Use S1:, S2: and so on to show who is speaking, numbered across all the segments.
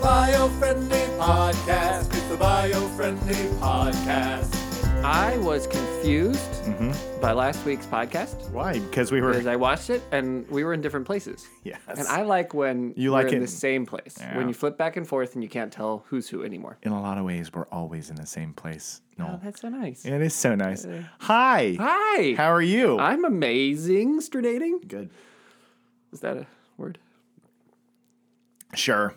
S1: bio-friendly podcast. It's the bio-friendly podcast.
S2: I was confused
S3: Mm-hmm.
S2: by last week's podcast
S3: Why? Because we
S2: because
S3: were.
S2: I watched it and we were in different places.
S3: Yes.
S2: And I like when
S3: You
S2: we're
S3: like
S2: in
S3: it-
S2: the same place.
S3: Yeah.
S2: When you flip back and forth and you can't tell who's who anymore.
S3: in a lot of ways, we're always in the same place.
S2: Oh,
S3: No.
S2: that's so nice.
S3: It is so nice. Hi.
S2: Hi.
S3: How are you?
S2: I'm amazing. Stradating.
S3: Good.
S2: Is that a word?
S3: Sure.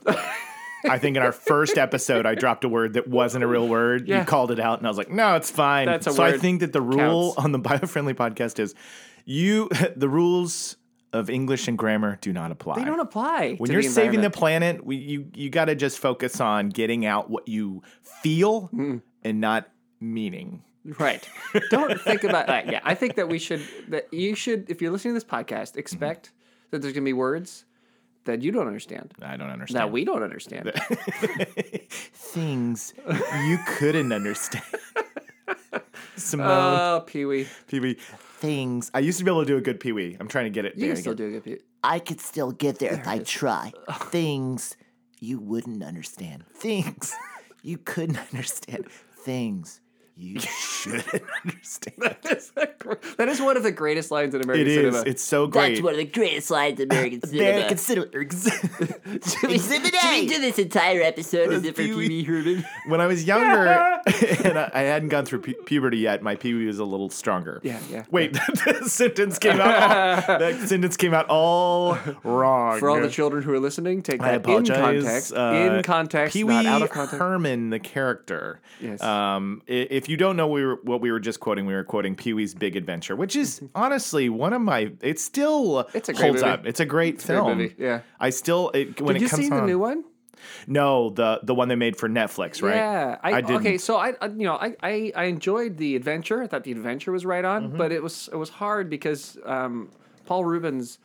S3: I think in our first episode, I dropped a word that wasn't a real word.
S2: Yeah.
S3: You called it out, and I was like, "No, it's fine."
S2: That's a
S3: so I
S2: word.
S3: think that the rule
S2: Counts.
S3: on the biofriendly podcast is, you the rules of English and grammar do not apply.
S2: They don't apply.
S3: when
S2: to
S3: you're saving the
S2: environment.
S3: planet, we, you you got to just focus on getting out what you feel
S2: Mm.
S3: and not meaning.
S2: Right. Don't think about that. Yeah, I think that we should that you should if you're listening to this
S3: Mm-hmm.
S2: podcast, expect that there's going to be words that you don't understand.
S3: I don't understand
S2: That we don't understand.
S3: things you couldn't understand. Simone,
S2: Oh, Pee Wee.
S3: Pee Wee, things. I used to be able to do a good Pee Wee. I'm trying to get it.
S2: You
S3: there
S2: can still
S3: again.
S2: do a good Pee
S4: I could still get there if I try. Things you wouldn't understand. Things you couldn't understand. Things you shouldn't understand.
S2: That is one of the greatest lines in American
S3: It is.
S2: cinema.
S3: It's so great.
S4: That's one of the greatest lines in American cinema.
S3: American cinema.
S4: Exhibit A.
S2: do this entire episode as if for Pee
S3: Pee-wee.
S2: Wee Herman.
S3: when I was younger, and I, I hadn't gone through pu- puberty yet, my Pee Wee was a little stronger.
S2: Yeah, yeah.
S3: Wait, that sentence came out. All, that sentence came out all wrong.
S2: For all the children who are listening, take that
S3: I apologize.
S2: in context.
S3: Uh,
S2: in context,
S3: Pee-wee
S2: not out of context.
S3: Herman, the character.
S2: Yes.
S3: Um, i- if you don't know we were, what we were just quoting, we were quoting Pee Wee's Big Adventure, which is honestly one of my. It still
S2: Mm-hmm. It's a great
S3: holds
S2: movie.
S3: up. It's a great
S2: great
S3: film.
S2: movie, yeah.
S3: I still it, when
S2: Did
S3: it
S2: you
S3: comes
S2: see
S3: on,
S2: the new one?
S3: No, the the one they made for Netflix, right?
S2: Yeah, I,
S3: didn't.
S2: okay. So I, I- you know, I, I, I enjoyed the adventure. I thought the adventure was right on,
S3: Mm-hmm.
S2: but it was it was hard because um, Paul Rubens,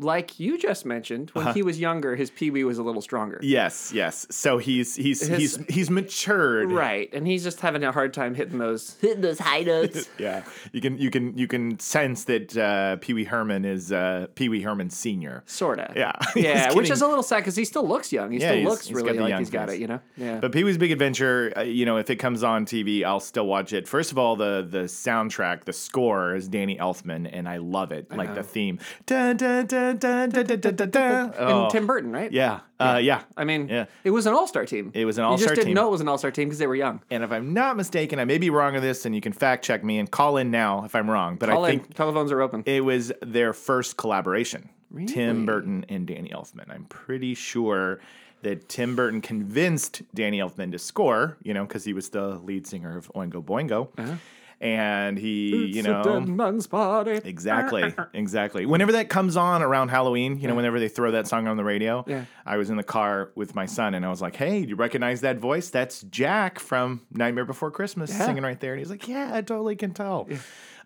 S2: like you just mentioned,
S3: Uh-huh.
S2: when he was younger, his pee wee was a little stronger.
S3: Yes, yes. So he's he's
S2: His-
S3: he's he's matured.
S2: Right, and he's just having a hard time hitting those.
S4: Hitting those high notes.
S3: Yeah, you can you can you can sense that uh, Pee Wee Herman is uh, Pee Wee Herman Senior.
S2: Sorta.
S3: Yeah.
S2: Yeah,
S3: He's
S2: which
S3: kidding.
S2: is a little sad because he still looks young. He
S3: Yeah,
S2: still
S3: he's-
S2: looks
S3: he's got
S2: really
S3: the
S2: like
S3: young
S2: he's got
S3: face.
S2: it, you know? Yeah.
S3: But Pee Wee's Big Adventure, uh, you know, if it comes on TV, I'll still watch it. First of all, the the soundtrack, the score is Danny Elfman, and I love it. like the theme. Dun, dun, dun, dun, dun, dun, dun, dun, dun. Oh,
S2: and Tim Burton, right?
S3: yeah, uh, yeah.
S2: I mean,
S3: Yeah.
S2: it was an all star team.
S3: It was an
S2: You
S3: all-star
S2: just didn't
S3: team.
S2: know it was an all star team because they were young.
S3: And if I'm not mistaken, I may be wrong on this, and you can fact check me and call in now if I'm wrong. But
S2: All
S3: I
S2: in,
S3: think
S2: telephones are open.
S3: it was their first collaboration.
S2: Really?
S3: Tim Burton and Danny Elfman. I'm pretty sure that Tim Burton convinced Danny Elfman to score, you know, because he was the lead singer of Oingo Boingo.
S2: Uh-huh.
S3: And he, you
S2: It's a dead
S3: know,
S2: man's body.
S3: exactly, exactly. Whenever that comes on around Halloween, you know, whenever they throw that song on the radio,
S2: Yeah.
S3: I was in the car with my son and I was like, hey, do you recognize that voice? That's Jack from Nightmare Before Christmas
S2: Yeah.
S3: singing right there. And he's like, yeah, I totally can tell.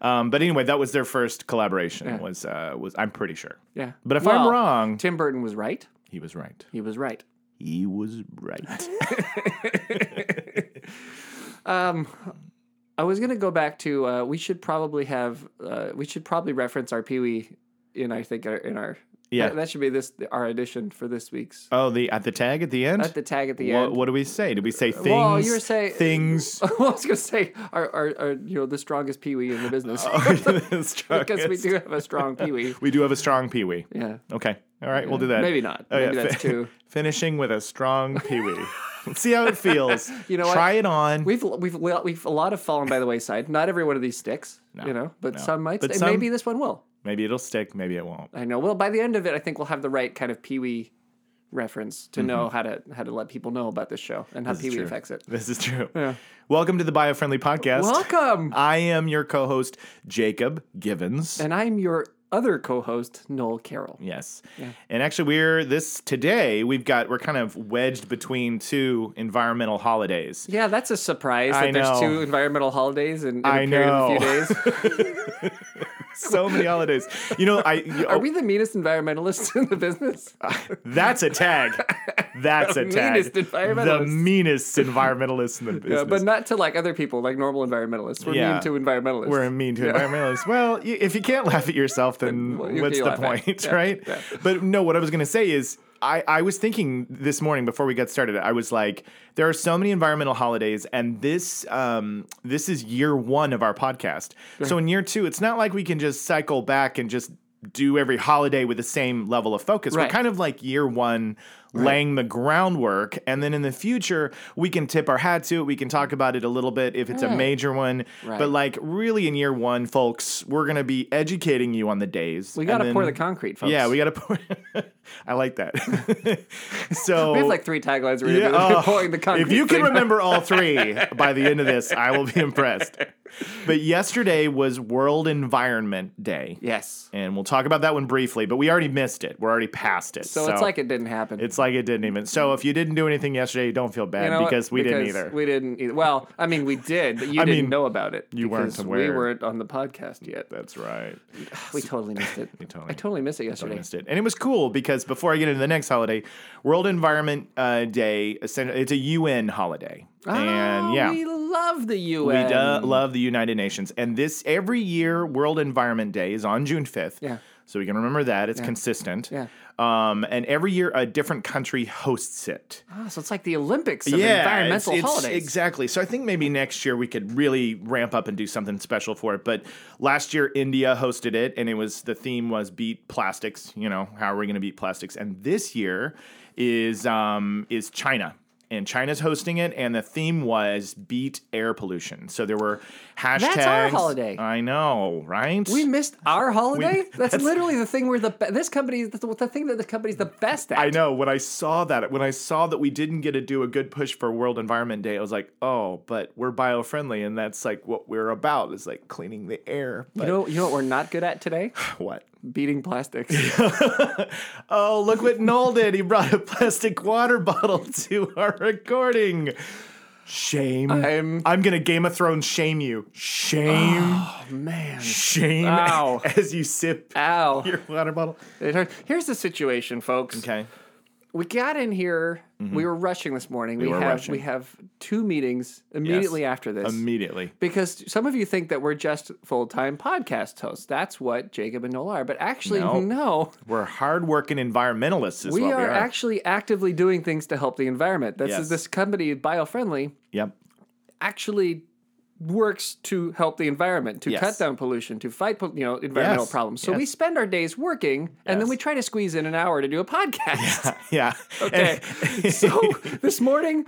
S3: Um, but anyway, that was their first collaboration. Was uh, was I'm pretty sure.
S2: Yeah.
S3: But if
S2: Well,
S3: I'm wrong,
S2: Tim Burton was right.
S3: he was right.
S2: He was right.
S3: He was right.
S2: Um, I was gonna go back to. Uh, we should probably have. Uh, we should probably reference our Pee Wee in. I think our, in our.
S3: Yeah.
S2: That, that should be this our edition for this week's.
S3: oh, the at the tag at the end.
S2: At the tag at the
S3: Wha-
S2: end.
S3: what, do we say? Did we say things?
S2: Well, you were say-
S3: things.
S2: I was gonna say our, our, our you know the strongest Pee Wee in the business because
S3: because
S2: we do have a strong Pee Wee.
S3: Oh, we do have a strong pee wee.
S2: Yeah.
S3: Okay. All right, we'll do that. Oh,
S2: Maybe not. Maybe that's too-
S3: Finishing with a strong pee wee. Let's see how it feels.
S2: You know what?
S3: Try it on.
S2: We've we've we've a lot of fallen by the wayside. Not every one of these sticks, you know, but
S3: no.
S2: some might.
S3: But
S2: and
S3: some-
S2: maybe this one will.
S3: Maybe it'll stick. Maybe it won't.
S2: I know. Well, by the end of it, I think we'll have the right kind of Pee Wee reference to know how to how to let people know about this show and how
S3: Mm-hmm. This is
S2: Pee Wee
S3: true.
S2: affects it.
S3: This is true. Welcome to the Biofriendly Podcast.
S2: Welcome.
S3: I am your co-host Jacob Givens.
S2: And I'm your other co-host, Noel Carroll.
S3: Yes. And actually we're this today we've got we're kind of wedged between two environmental holidays.
S2: Yeah, that's a surprise that
S3: I
S2: there's
S3: know.
S2: two environmental holidays in, in a
S3: I
S2: period of a few
S3: know.
S2: days.
S3: So many holidays. You know, I oh, you-
S2: Are we the meanest environmentalists in the business?
S3: that's a tag. That's a
S2: The
S3: tag.
S2: meanest
S3: The
S2: environmentalist.
S3: meanest environmentalist in the business.
S2: Yeah, Uh, but not to like other people, like normal environmentalists. We're
S3: Yeah.
S2: mean to environmentalists.
S3: We're mean to environmentalists. Well, y if you can't laugh at yourself, then
S2: Well, you
S3: what's
S2: can
S3: the
S2: laugh at it.
S3: point,
S2: Yeah,
S3: right?
S2: yeah.
S3: But no, what I was going to say is I, I was thinking this morning before we got started, I was like, there are so many environmental holidays, and this um, this is year one of our podcast. So in year two, it's not like we can just cycle back and just do every holiday with the same level of focus. We're
S2: Right.
S3: kind of like year one. Laying the groundwork, and then in the future we can tip our hat to it. We can talk about it a little bit if it's a major one,
S2: Mm. Right.
S3: but like really in year one, folks, we're gonna be educating you on the days.
S2: We
S3: and
S2: got to pour
S3: then-
S2: the concrete, folks.
S3: yeah, we got to pour. I like that. so
S2: We have like three taglines. We're
S3: Yeah,
S2: gonna do. We're
S3: oh,
S2: pouring the concrete.
S3: if you can
S2: thing.
S3: remember all three by the end of this, I will be impressed. But yesterday was World Environment Day,
S2: yes.
S3: and we'll talk about that one briefly. But we already missed it. We're already past it.
S2: So, it's like it didn't happen.
S3: It's like it didn't even. So if you didn't do anything yesterday, don't feel bad
S2: You know what?
S3: because we didn't
S2: Because
S3: either.
S2: We didn't either. Well, I mean, we did, but you
S3: I
S2: didn't
S3: mean,
S2: know about it.
S3: you weren't
S2: because We
S3: aware.
S2: weren't on the podcast yet.
S3: That's right.
S2: We totally missed it.
S3: totally-
S2: I totally missed it yesterday.
S3: missed it. And it was cool because before I get into the next holiday, World Environment uh, Day, essentially, it's a UN holiday. and
S2: Oh,
S3: yeah.
S2: we love the UN.
S3: We do love the United Nations. And this every year, World Environment Day is on June 5th.
S2: Yeah.
S3: So we can remember that. It's consistent.
S2: Yeah.
S3: Um, and every year, a different country hosts it.
S2: Ah, so it's like the Olympics of environmental
S3: it's- it's-
S2: holidays.
S3: Exactly. So I think maybe next year we could really ramp up and do something special for it. But last year India hosted it, and it was the theme was beat plastics. You know, how are we going to beat plastics? And this year is um, is China. And China's hosting it, and the theme was beat air pollution. So there were hashtags.
S2: our holiday.
S3: I know, right?
S2: we missed our holiday. that's, literally the thing we're the be- this company that's the, the thing that this company's the best at.
S3: I know when I saw that when I saw that we didn't get to do a good push for World Environment Day, I was like, oh, but we're bio-friendly, and that's like what we're about is like cleaning the air. But
S2: You know, you know what we're not good at today?
S3: what?
S2: Beating plastics.
S3: Oh, look what Noel did! He brought a plastic water bottle to our recording. Shame.
S2: I'm-
S3: I'm gonna Game of Thrones shame you. Shame.
S2: Oh, Man.
S3: shame.
S2: Ow.
S3: As you sip
S2: Ow.
S3: your water bottle.
S2: It hurt. Here's the situation, folks.
S3: Okay. Mm-hmm.
S2: We got in here. We were rushing this morning. We,
S3: were
S2: have
S3: rushing.
S2: we have two meetings immediately after this.
S3: Immediately.
S2: because some of you think that we're just full-time podcast hosts. That's what Jacob and Noel are. But actually,
S3: No.
S2: no.
S3: We're hardworking environmentalists. Is
S2: We
S3: what
S2: are,
S3: we are.
S2: actually actively doing things to help the environment. This
S3: Yes.
S2: is this company, Biofriendly,
S3: Yep.
S2: actually works to help the environment, to
S3: Yes.
S2: cut down pollution, to fight pol- you know environmental
S3: Yes.
S2: problems. So we
S3: Yes.
S2: spend our days working, and then
S3: Yes.
S2: we try to squeeze in an hour to do a podcast.
S3: Yeah.
S2: Okay. so this morning,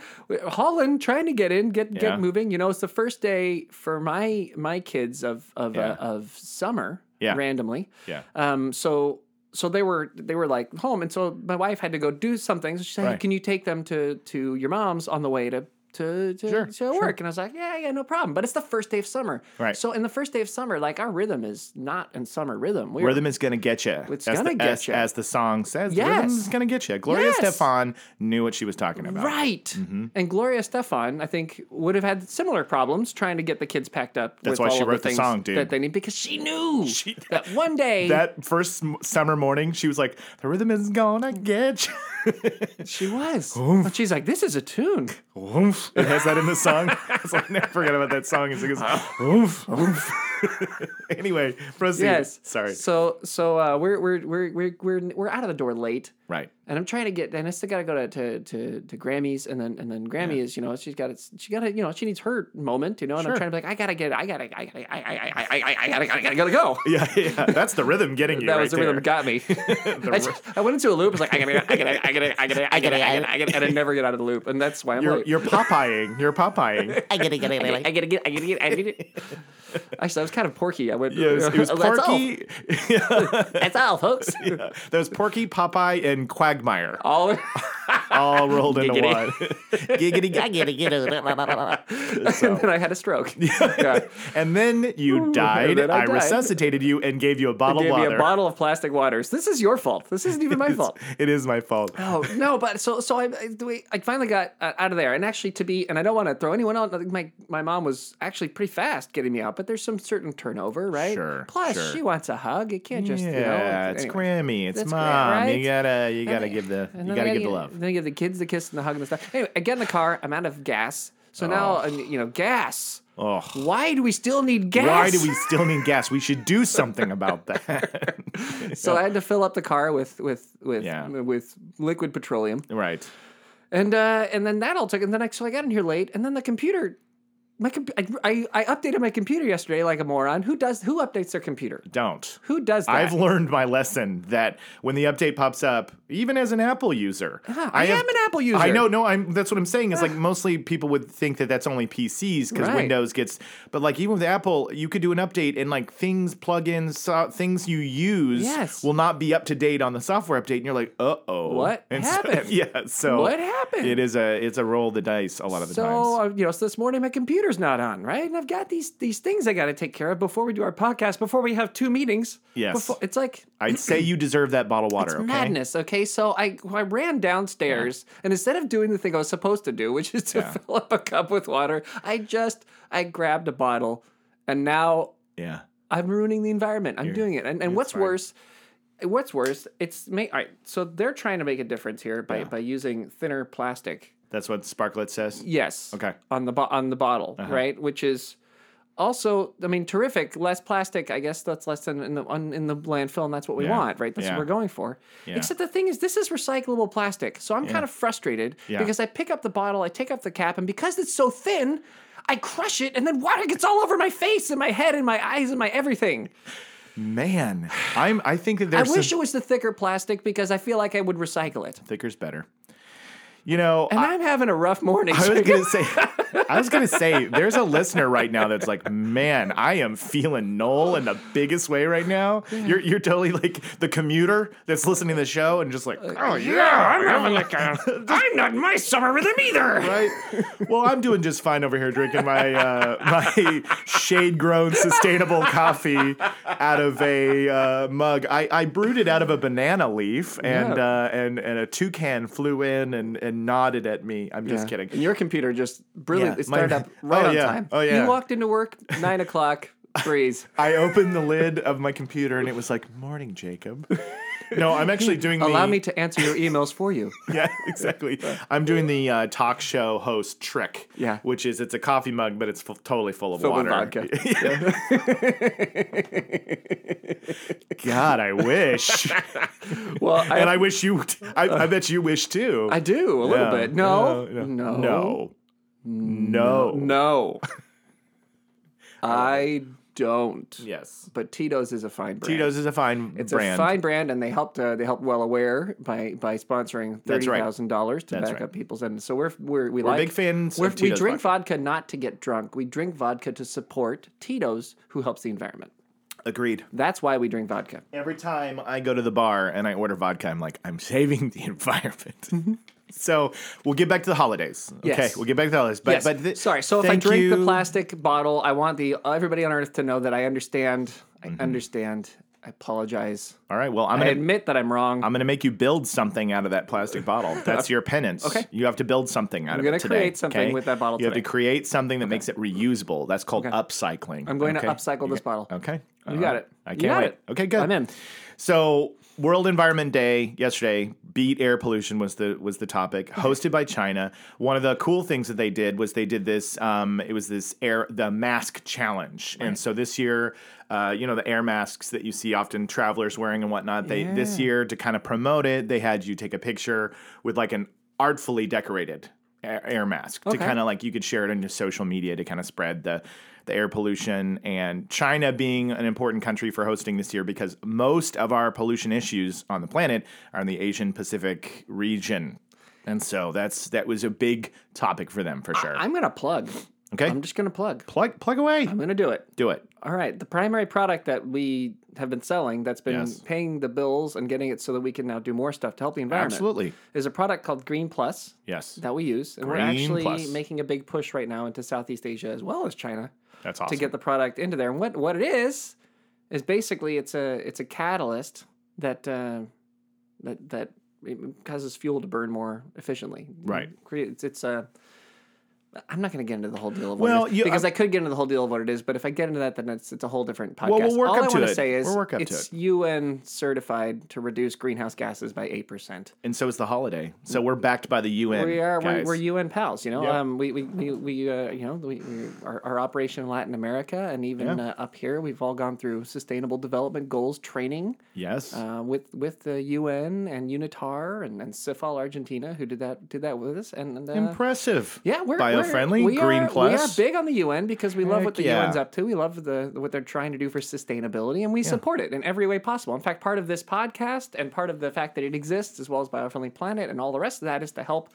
S2: Holland trying to get in, get
S3: Yeah.
S2: get moving. You know, it's the first day for my my kids of of
S3: Yeah.
S2: uh, of summer.
S3: Yeah.
S2: Randomly.
S3: Yeah.
S2: Um. So so they were they were like home, and so my wife had to go do something. So she said, hey,
S3: Right.
S2: "Can you take them to to your mom's on the way to?" To, to,
S3: Sure,
S2: to
S3: sure.
S2: work and I was like yeah yeah no problem but it's the first day of summer
S3: Right.
S2: so in the first day of summer like our rhythm is not in summer rhythm We're,
S3: Rhythm is gonna get you.
S2: It's gonna
S3: the,
S2: get
S3: as,
S2: ya.
S3: as the song says.
S2: Yes.
S3: Rhythm is gonna get you. Gloria
S2: Yes.
S3: Stefan knew what she was talking about. Mm-hmm.
S2: Right. And Gloria Stefan, I think, would have had similar problems trying to get the kids packed up.
S3: That's
S2: with
S3: why
S2: all
S3: she
S2: of
S3: wrote the
S2: things
S3: song, dude.
S2: That they need because she knew that one day
S3: That first m- summer morning, she was like, "The rhythm is gonna get you."
S2: she was. And she's like, "This is a tune."
S3: Oomph. It has that in the song. so I never forget about that song. It's like, it's, oomph, oomph. anyway, proceed.
S2: Yes.
S3: Sorry.
S2: So so uh, we're we're we're we're we're we're out of the door late.
S3: Right.
S2: And I'm trying to get, and I still got to go to, to to to Grammys, and then and then Grammy is, you know, she's got it, she got to, you know, she needs her moment, you know, and
S3: Sure.
S2: I'm trying to be like, I gotta get, I gotta, I gotta, I I I I I, I gotta, gotta, gotta, gotta go.
S3: Yeah, yeah. That's the rhythm getting you.
S2: That
S3: right
S2: was the
S3: there.
S2: rhythm that got me. I, just- I went into a loop. I was like, I gotta, I gotta, I gotta, I gotta, I gotta, I gotta, I gotta, and I never get out of the loop. And that's why I'm
S3: You're,
S2: like,
S3: you're Popeyeing. You're Popeyeing.
S4: I gotta get
S2: I
S4: it.
S2: gotta get, I gotta get, I gotta get. Actually, I was kind of porky. I went,
S3: Yes, it was
S4: That's all.
S3: Porky.
S4: That's all, folks.
S3: Yeah, that was Porky, Popeye, and Quagmire.
S2: all.
S3: all rolled into one.
S2: Giggity.
S3: Giggity
S4: I gotta get it.
S2: and then I had a stroke. Yeah.
S3: And then you died.
S2: then I
S3: I,
S2: died.
S3: resuscitated you and gave you a bottle
S2: Gave
S3: of
S2: me
S3: water.
S2: a bottle of plastic waters. This is your fault. This isn't even my fault.
S3: It is my fault.
S2: Oh no, but so so I I, do we- I finally got uh, out of there, and actually to be, and I don't want to throw anyone out. like, My my mom was actually pretty fast getting me out, but there's some certain turnover, right?
S3: Sure,
S2: Plus,
S3: sure.
S2: she wants a hug. It can't just
S3: yeah,
S2: you know.
S3: it's
S2: anyway.
S3: Grammy. It's
S2: That's great,
S3: mom.
S2: right?
S3: You gotta, you gotta give the,
S2: And
S3: you
S2: then
S3: gotta
S2: I
S3: give the love.
S2: Then I give the kids the kiss and the hug and the stuff. Anyway, I get in the car. I'm out of gas. So
S3: Oh.
S2: now, and, you know, gas.
S3: Ugh.
S2: Why do we still need gas?
S3: Oh. Why do we still need gas? We should do something about that.
S2: So I had to fill up the car with with with
S3: Yeah.
S2: with liquid petroleum,
S3: right.
S2: and uh, and then that all took. And then I so I got in here late, and then the computer, my com- I, I I updated my computer yesterday like a moron. Who does who updates their computer?
S3: Don't.
S2: Who does that?
S3: I've learned my lesson that when the update pops up, even as an Apple user,
S2: Ah, I am an Apple user. Ah.
S3: I know, no, I'm. That's what I'm saying. Is like mostly people would think that that's only PCs because
S2: Right.
S3: Windows gets, but like even with Apple, you could do an update and like things, plugins, so, things you use
S2: Yes.
S3: will not be up to date on the software update, and you're like, uh oh,
S2: What
S3: and so-
S2: happened?
S3: yeah, so
S2: What happened?
S3: It is a it's a roll of the dice a lot of the
S2: So
S3: times.
S2: uh, you know, so this morning my computer's not on, right? And I've got these these things I got to take care of before we do our podcast, before we have two meetings.
S3: Yes.
S2: before, it's like
S3: I'd say you deserve that bottle of water.
S2: it's
S3: okay?
S2: madness. Okay, so I I ran downstairs, and instead of doing the thing I was supposed to do, which is to
S3: Yeah.
S2: fill up a cup with water, I just I grabbed a bottle, and now
S3: Yeah.
S2: I'm ruining the environment. I'm doing it. And and what's
S3: fine.
S2: worse, what's worse, it's make. All right, so they're trying to make a difference here by by using thinner plastic.
S3: That's what Sparklet says.
S2: Yes.
S3: Okay. Uh-huh.
S2: On the bo- on the bottle, right? Which is also, I mean, terrific. Less plastic, I guess. That's less than in the on, in the landfill, and that's what we
S3: Yeah.
S2: want, right? That's
S3: Yeah.
S2: what we're going for. Except the thing is, this is recyclable plastic, so I'm kind of frustrated
S3: Yeah.
S2: because I pick up the bottle, I take up the cap, and because it's so thin. I crush it and then water gets all over my face and my head and my eyes and my everything.
S3: Man, I'm. I think that
S2: I
S3: there's
S2: wish
S3: some
S2: it was the thicker plastic because I feel like I would recycle it.
S3: thicker's better. You know,
S2: And I, am having a rough morning.
S3: I
S2: so
S3: was gonna say, I was gonna say, there's a listener right now that's like, man, I am feeling Noel in the biggest way right now. You're you're totally like the commuter that's listening to the show and just like, oh yeah,
S2: I'm having like a, I'm not in my summer rhythm either.
S3: right. Well, I'm doing just fine over here drinking my uh, my shade grown sustainable coffee out of a uh, mug. I, I brewed it out of a banana leaf, and
S2: Yeah.
S3: uh, and and a toucan flew in and and nodded at me. I'm just kidding.
S2: And your computer just brilliant.
S3: Yeah,
S2: It started
S3: my-
S2: up right
S3: Oh,
S2: on
S3: yeah.
S2: time.
S3: Oh, yeah.
S2: You walked into work nine o'clock. Breeze.
S3: I opened the lid of my computer and it was like, "Morning, Jacob." No, I'm actually doing the.
S2: Allow me to answer your emails for you.
S3: Yeah, exactly. I'm doing the uh, talk show host trick.
S2: Yeah.
S3: Which is it's a coffee mug, but it's f- totally full of
S2: Filled with
S3: water.
S2: vodka.
S3: God, I wish,
S2: Well, I,
S3: and I wish you. I, I bet you wish too.
S2: I do a little
S3: Yeah.
S2: bit. No,
S3: no,
S2: no,
S3: no, no. Uh, no.
S2: no. I don't.
S3: Yes.
S2: But Tito's is a fine brand.
S3: Tito's is a fine
S2: It's
S3: brand.
S2: a fine brand, and they helped. Uh, they helped Well Aware by by sponsoring thirty
S3: That's right.
S2: thousand dollars to
S3: That's
S2: back
S3: right.
S2: up people's. And so we're we're we
S3: We're
S2: like
S3: big fans.
S2: we're-
S3: of
S2: we
S3: Tito's
S2: drink vodka not to get drunk. We drink vodka to support Tito's, who helps the environment.
S3: Agreed.
S2: That's why we drink vodka.
S3: Every time I go to the bar and I order vodka, I'm like, I'm saving the environment. so we'll get back to the holidays. Okay,
S2: Yes.
S3: we'll get back to the holidays. But,
S2: yes.
S3: but thi-
S2: Sorry. So if I
S3: thank
S2: drink the
S3: you.
S2: plastic bottle, I want the everybody on earth to know that I understand.
S3: Mm-hmm.
S2: I understand. I apologize.
S3: all right. Well, I'm
S2: I
S3: gonna
S2: admit that I'm wrong.
S3: I'm gonna make you build something out of that plastic bottle. That's your penance.
S2: Okay.
S3: You have to build something out of
S2: gonna
S3: it today.
S2: create something
S3: okay?
S2: with that bottle
S3: You have
S2: today.
S3: to create something that makes it reusable. That's called upcycling.
S2: I'm going to
S3: okay?
S2: upcycle this bottle.
S3: Okay. Uh,
S2: You got it.
S3: I
S2: You
S3: can't
S2: got
S3: wait.
S2: it.
S3: Okay, good.
S2: I'm in.
S3: So, World Environment Day yesterday, beat air pollution was the was the topic, hosted by China. One of the cool things that they did was they did this. Um, it was this air the mask challenge, and so this year, uh, you know, the air masks that you see often travelers wearing and whatnot. They this year to kind of promote it, they had you take a picture with like an artfully decorated air, air mask to
S2: Okay.
S3: kind of like you could share it into social media to kind of spread the the air pollution and China being an important country for hosting this year because most of our pollution issues on the planet are in the Asian Pacific region. And so that's that was a big topic for them for sure.
S2: I'm going to plug.
S3: okay?
S2: I'm just going to plug.
S3: plug plug away.
S2: I'm going to do it.
S3: Do it.
S2: All right. The primary product that we have been selling that's been
S3: Yes.
S2: paying the bills and getting it so that we can now do more stuff to help the environment
S3: Absolutely.
S2: is a product called Green Plus
S3: Yes.
S2: that we use. And we're
S3: Green
S2: actually
S3: Plus.
S2: making a big push right now into Southeast Asia as well as China
S3: That's awesome.
S2: to get the product into there. And what, what it is is basically it's a it's a catalyst that uh, that that it causes fuel to burn more efficiently.
S3: Right.
S2: Creates it's a I'm not going to get into the whole deal of what
S3: Well,
S2: it is,
S3: you-
S2: because
S3: I'm-
S2: I could get into the whole deal of what it is, but if I get into that, then it's, it's a whole different podcast.
S3: we'll work
S2: All
S3: up
S2: I
S3: to
S2: wanna
S3: it.
S2: say is
S3: We'll work up to
S2: it's
S3: it.
S2: UN certified to reduce greenhouse gases by eight percent.
S3: and so is the holiday. So we're backed by the UN.
S2: Mm. We are we're,
S3: guys.
S2: we're UN pals, you know.
S3: Yeah.
S2: Um, we we we, we uh, you know we, we our, our operation in Latin America and even
S3: Yeah.
S2: uh, up here, we've all gone through sustainable development goals training
S3: yes.
S2: uh, with with the UN and UNITAR and, and CIFAL Argentina, who did that did that with us. And, and, uh,
S3: Impressive.
S2: yeah, we're
S3: bio-friendly.
S2: we're- we
S3: green
S2: are,
S3: plus.
S2: We are big on the UN because we love
S3: Heck
S2: what the
S3: yeah.
S2: UN's up to. We love the what they're trying to do for sustainability, and we support it in every way possible. In fact, part of this podcast and part of the fact that it exists, as well as Biofriendly Planet, and all the rest of that, is to help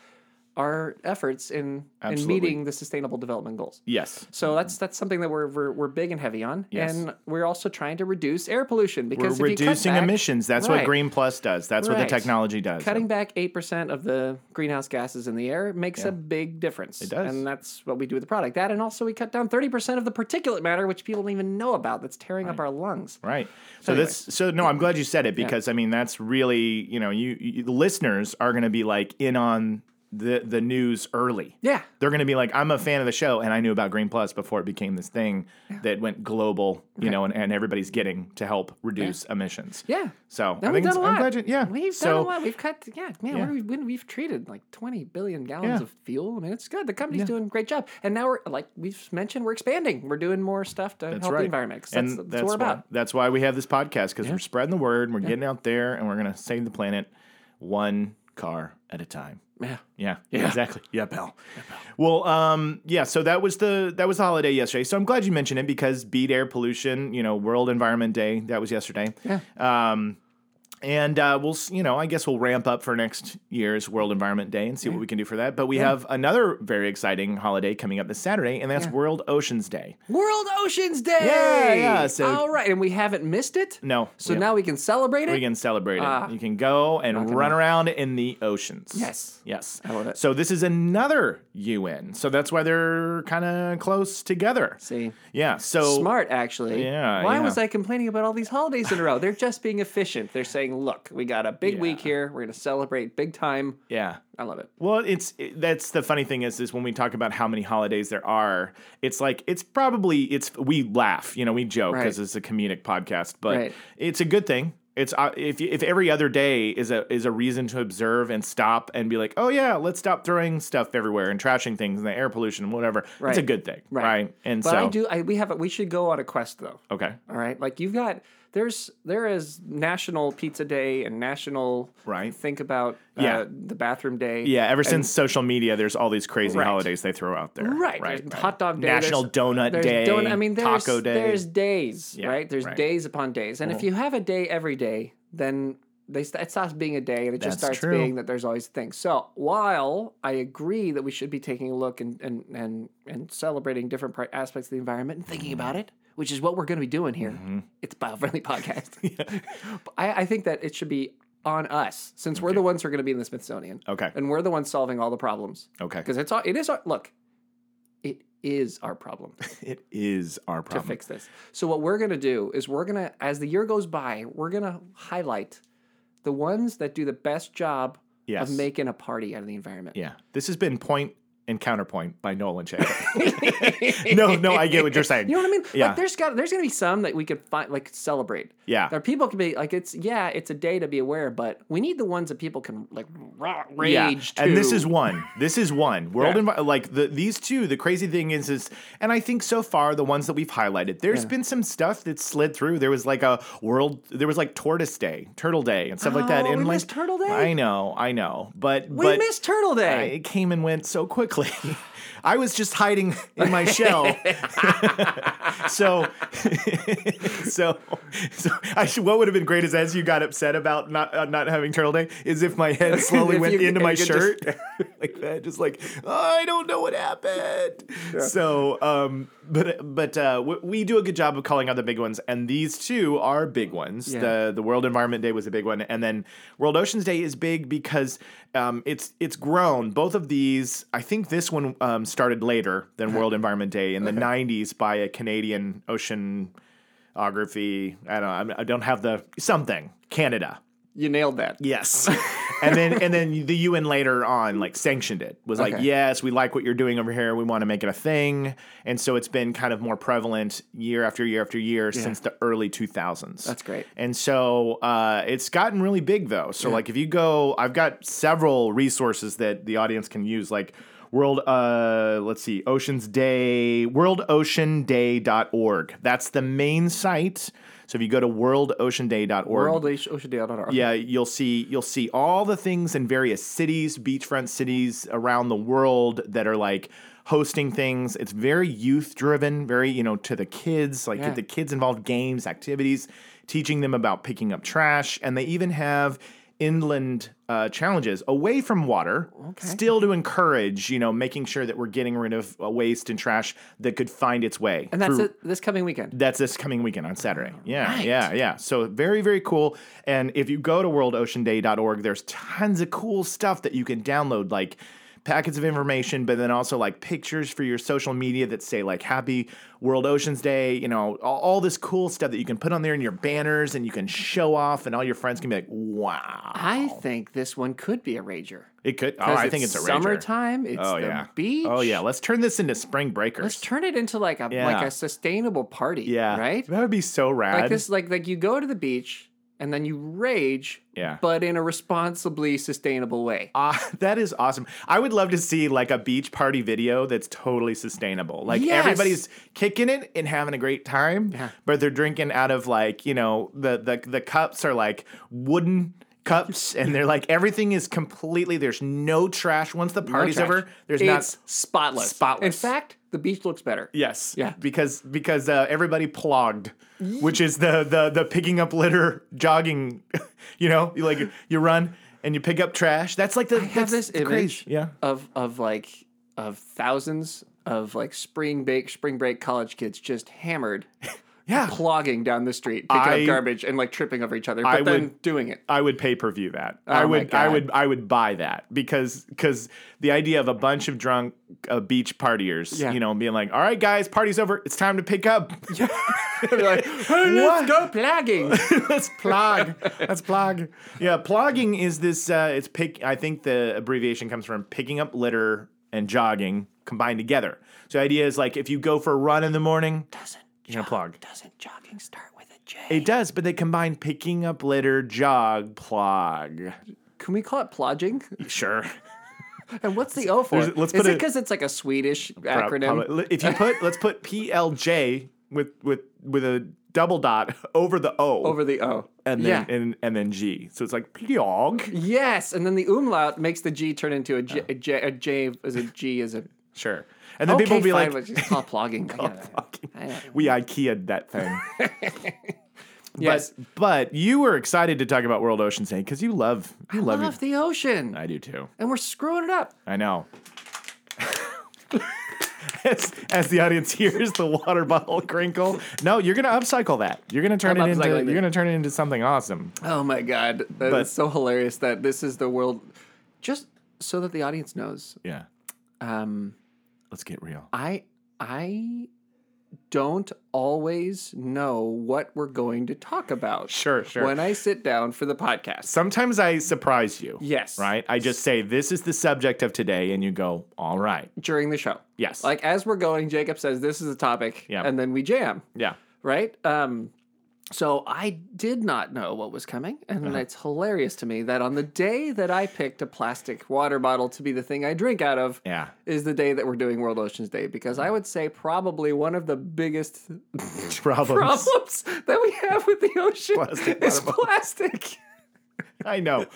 S2: our efforts in in
S3: Absolutely.
S2: meeting the Sustainable Development Goals.
S3: Yes.
S2: So that's that's something that we're we're, we're big and heavy on,
S3: Yes.
S2: and we're also trying to reduce air pollution
S3: We're
S2: because if you cut
S3: reducing
S2: back-
S3: emissions. That's what
S2: Right.
S3: Green Plus does. That's what
S2: Right.
S3: the technology does.
S2: Cutting back 8% of the greenhouse gases in the air makes a big difference. It
S3: does.
S2: And that's what we do with the product. That and also we cut down 30% of the particulate matter, which people don't even know about, that's tearing up our lungs.
S3: Right. So
S2: anyway.
S3: that's so no, I'm glad you said it because I mean that's really, you know, you, you the listeners are going to be like in on the the news early.
S2: Yeah.
S3: They're going to be like I'm a fan of the show and I knew about Green Plus before it became this thing that went global, you know, and, and everybody's getting to help reduce emissions.
S2: Yeah.
S3: So,
S2: No,
S3: I think
S2: we've done
S3: it's,
S2: a
S3: I'm
S2: lot.
S3: glad you, yeah.
S2: We've
S3: so,
S2: done a lot. We've cut, yeah, man,
S3: Yeah.
S2: We're, we we've treated like 20 billion gallons
S3: Yeah.
S2: of fuel. I mean, it's good. The company's doing a great job. And now we're, like we've mentioned, we're expanding. We're doing more stuff to
S3: That's
S2: help
S3: right.
S2: the environment. 'cause That's,
S3: and
S2: that's, what we're
S3: why,
S2: about.
S3: That's why we have this podcast because we're spreading the word, we're getting out there, and we're going to save the planet one car at a time.
S2: Yeah.
S3: Yeah, yeah, exactly. Yeah, pal. Well, um, yeah. So that was the that was the holiday yesterday. So I'm glad you mentioned it because beat air pollution. You know, World Environment Day that was yesterday. Yeah. Um, and uh, we'll s- you know I guess we'll ramp up for next year's World Environment Day and see what we can do for that. But we have another very exciting holiday coming up this Saturday, and that's World Oceans Day.
S2: World Oceans Day.
S3: Yeah, yeah, so-
S2: All right, and we haven't missed it.
S3: No,
S2: So
S3: we-
S2: now we can celebrate it.
S3: We can celebrate
S2: Ah.
S3: it. You can go and run around in the oceans.
S2: Yes.
S3: Yes.
S2: I love it.
S3: So this is another UN. So that's why they're kind of close together.
S2: See.
S3: Yeah. So
S2: Smart, actually.
S3: Yeah,
S2: Why
S3: yeah.
S2: was I complaining about all these holidays in a row? They're just being efficient. They're saying, "Look, we got a big
S3: Yeah.
S2: week here. We're going to celebrate big time."
S3: Yeah.
S2: I love it.
S3: Well, it's it- that's the funny thing is is when we talk about how many holidays there are, it's like it's probably it's we laugh, you know, we joke because
S2: Right.
S3: it's a comedic podcast, but
S2: Right.
S3: it's a good thing. It's uh, if if every other day is a is a reason to observe and stop and be like, oh yeah, let's stop throwing stuff everywhere and trashing things and the air pollution and whatever. It's a
S2: Right.
S3: good thing, right?
S2: Right.
S3: And
S2: But
S3: so
S2: I do. I, we have. A, we should go on a quest though.
S3: okay,
S2: All right. Like you've got. There's there is National Pizza Day and National
S3: Right.
S2: Think about uh,
S3: Yeah.
S2: the bathroom day.
S3: yeah. Ever since social media, there's all these crazy
S2: Right.
S3: holidays they throw out there,
S2: Right.
S3: Right.
S2: There's
S3: right.
S2: hot dog day.
S3: National
S2: there's-
S3: Donut
S2: there's
S3: Day.
S2: donut- I mean, there's,
S3: Taco Day.
S2: There's days,
S3: Yeah,
S2: right? There's
S3: right.
S2: days upon days. And if you have a day every day, then they st- it stops being a day and it just
S3: That's
S2: starts
S3: true.
S2: being that there's always things. So while I agree that we should be taking a look and and and, and celebrating different pri aspects of the environment and thinking about it, which is what we're going to be doing here.
S3: Mm-hmm.
S2: It's a bio-friendly podcast. But I, I think that it should be on us since we're the ones who are going to be in the Smithsonian.
S3: Okay.
S2: and we're the ones solving all the problems
S3: okay.
S2: because it's all it is our look it is our problem
S3: It is our
S2: to
S3: problem.
S2: fix this so what we're going to do is we're going to as the year goes by we're going to highlight the ones that do the best job
S3: Yes.
S2: of making a party out of the environment
S3: Yeah. This has been Point and Counterpoint by Nolan Chapin. no, no, I get what you're saying.
S2: you know what i mean
S3: Yeah.
S2: like there's got there's going to be some that we could find like celebrate
S3: Yeah.
S2: there people can be like it's yeah it's a day to be aware but we need the ones that people can like ra- rage
S3: yeah.
S2: to.
S3: And this is one. This is one. World envi- like the these two, the crazy thing is is and I think so far the ones that we've highlighted, there's been some stuff that slid through. There was like a world there was like Tortoise Day, Turtle Day and stuff like that.
S2: Oh,
S3: And
S2: we
S3: like
S2: missed Turtle Day?
S3: I know, I know. But
S2: we
S3: but
S2: missed turtle
S3: I-
S2: day
S3: it came and went so quickly. I was just hiding in my shell. so, so, so I should, what would have been great is as you got upset about not uh, not having turtle day is if my head slowly
S2: If
S3: went
S2: you-
S3: into
S2: you
S3: my
S2: could
S3: shirt like that, just like I don't know what happened. So, um, but but uh, w- we do a good job of calling out the big ones, and these two are big ones.
S2: Yeah.
S3: The the World Environment Day was a big one, and then World Oceans Day is big because um, it's it's grown. Both of these, I think this one um, started later than World Environment Day in the '90s by a Canadian oceanography. I don't know, I'm- I don't have the something Canada.
S2: You nailed that.
S3: Yes. and then and then the UN later on like sanctioned it. Was like,
S2: Okay.
S3: "Yes, we like what you're doing over here. We want to make it a thing." And so it's been kind of more prevalent year after year after year since the early 2000s.
S2: That's great.
S3: And so uh, it's gotten really big though. So like if you go, I've got several resources that the audience can use like World uh let's see Oceans Day worldoceanday.org. That's the main site. So if you go to worldoceanday.org
S2: World Ocean Day.
S3: yeah, you'll see you'll see all the things in various cities, beachfront cities around the world that are like hosting things. It's very youth driven, very, you know, to the kids, like
S2: Yeah.
S3: get the kids involved games, activities, teaching them about picking up trash, and they even have inland uh, challenges away from water still to encourage you know making sure that we're getting rid of uh, waste and trash that could find its way
S2: And that's
S3: through-
S2: it this coming weekend.
S3: that's this coming weekend on Saturday. Yeah, yeah, yeah. So very, very cool. And if you go to worldoceanday.org, there's tons of cool stuff that you can download, like packets of information, but then also like pictures for your social media that say like Happy World Oceans Day. You know, all, all this cool stuff that you can put on there in your banners and you can show off, and all your friends can be like, "Wow,
S2: I think this one could be a rager.
S3: it could." Oh,
S2: 'Cause
S3: I think it's, a rager.
S2: summertime. It's
S3: Oh
S2: the
S3: yeah.
S2: beach.
S3: Oh yeah. Let's turn this into Spring Breakers.
S2: Let's turn it into like a
S3: Yeah.
S2: like a sustainable party.
S3: yeah.
S2: Right.
S3: That would be so rad.
S2: Like this. Like like you go to the beach and then you rage.
S3: Yeah.
S2: But in a responsibly sustainable way.
S3: Ah, that is awesome. I would love to see like a beach party video that's totally sustainable. Like
S2: Yes.
S3: everybody's kicking it and having a great time, but they're drinking out of like, you know, the the the cups are like wooden cups and they're like everything is completely there's no trash once the party's
S2: trash.
S3: over. There's
S2: it's
S3: not
S2: spotless.
S3: spotless.
S2: In fact, the beach looks better.
S3: Yes.
S2: Yeah.
S3: Because because uh, everybody plogged, which is the the the picking up litter jogging, you know, you like you run and you pick up trash. That's like the
S2: I have
S3: that's
S2: this
S3: the
S2: image
S3: craze. Yeah.
S2: of of like of thousands of like spring break spring break college kids just hammered
S3: Yeah.
S2: plogging down the street picking
S3: I-
S2: up garbage and like tripping over each other but
S3: I
S2: then
S3: would-
S2: doing it
S3: I would pay per view that. I
S2: my
S3: would I
S2: God.
S3: would I would buy that because because the idea of a bunch of drunk uh, beach partiers,
S2: Yeah.
S3: you know, being like, "All right, guys, party's over. It's time to pick up.
S2: They're like "Hey, let's go plogging
S3: Let's plog. Let's plog." Yeah, plogging is this. Uh, it's pick. I think the abbreviation comes from picking up litter and jogging combined together. So the idea is like if you go for a run in the morning, doesn't you're gonna plog.
S2: doesn't jogging start with a j
S3: It does, but they combine picking up litter, jog, plog.
S2: can we call it plodging
S3: Sure.
S2: and what's the o for
S3: There's- let's
S2: is
S3: put
S2: it
S3: it-
S2: because it's like a swedish
S3: Prob-
S2: acronym
S3: probably. If you put, let's put PLJ with with with a double dot over the O,
S2: over the o
S3: and
S2: yeah
S3: then and, and then G. So it's like plog.
S2: yes and then the umlaut makes the g turn into a j a j, a j as a g as a
S3: Sure. Oh. And then people will be
S2: fine,
S3: like,
S2: but just call it plogging I get it.
S3: we IKEA'd that thing.
S2: yes
S3: But but you were excited to talk about World Oceans Day because you love you love,
S2: love,
S3: it.
S2: the ocean.
S3: I do too.
S2: and we're screwing it up.
S3: I know. as, as the audience hears the water bottle crinkle, no, you're gonna upcycle that. You're gonna turn
S2: I'm
S3: it into
S2: upcycling
S3: you're
S2: it.
S3: gonna turn it into something awesome.
S2: Oh my god, that's
S3: But-
S2: so hilarious that this is the world. Just so that the audience knows,
S3: Yeah.
S2: um,
S3: Let's get real.
S2: I I don't always know what we're going to talk about.
S3: Sure, sure.
S2: When I sit down for the podcast,
S3: Sometimes I surprise you.
S2: Yes.
S3: Right? I just say, this is the subject of today, and you go, all right.
S2: during the show,
S3: Yes.
S2: like as we're going, Jacob says this is a topic,
S3: Yeah.
S2: and then we jam.
S3: yeah.
S2: right? Um, so I did not know what was coming, and
S3: Uh-huh.
S2: it's hilarious to me that on the day that I picked a plastic water bottle to be the thing I drink out of,
S3: Yeah.
S2: is the day that we're doing World Oceans Day because I would say probably one of the biggest
S3: Problems.
S2: problems that we have with the ocean
S3: Plastic
S2: is
S3: water bottles.
S2: plastic.
S3: I know.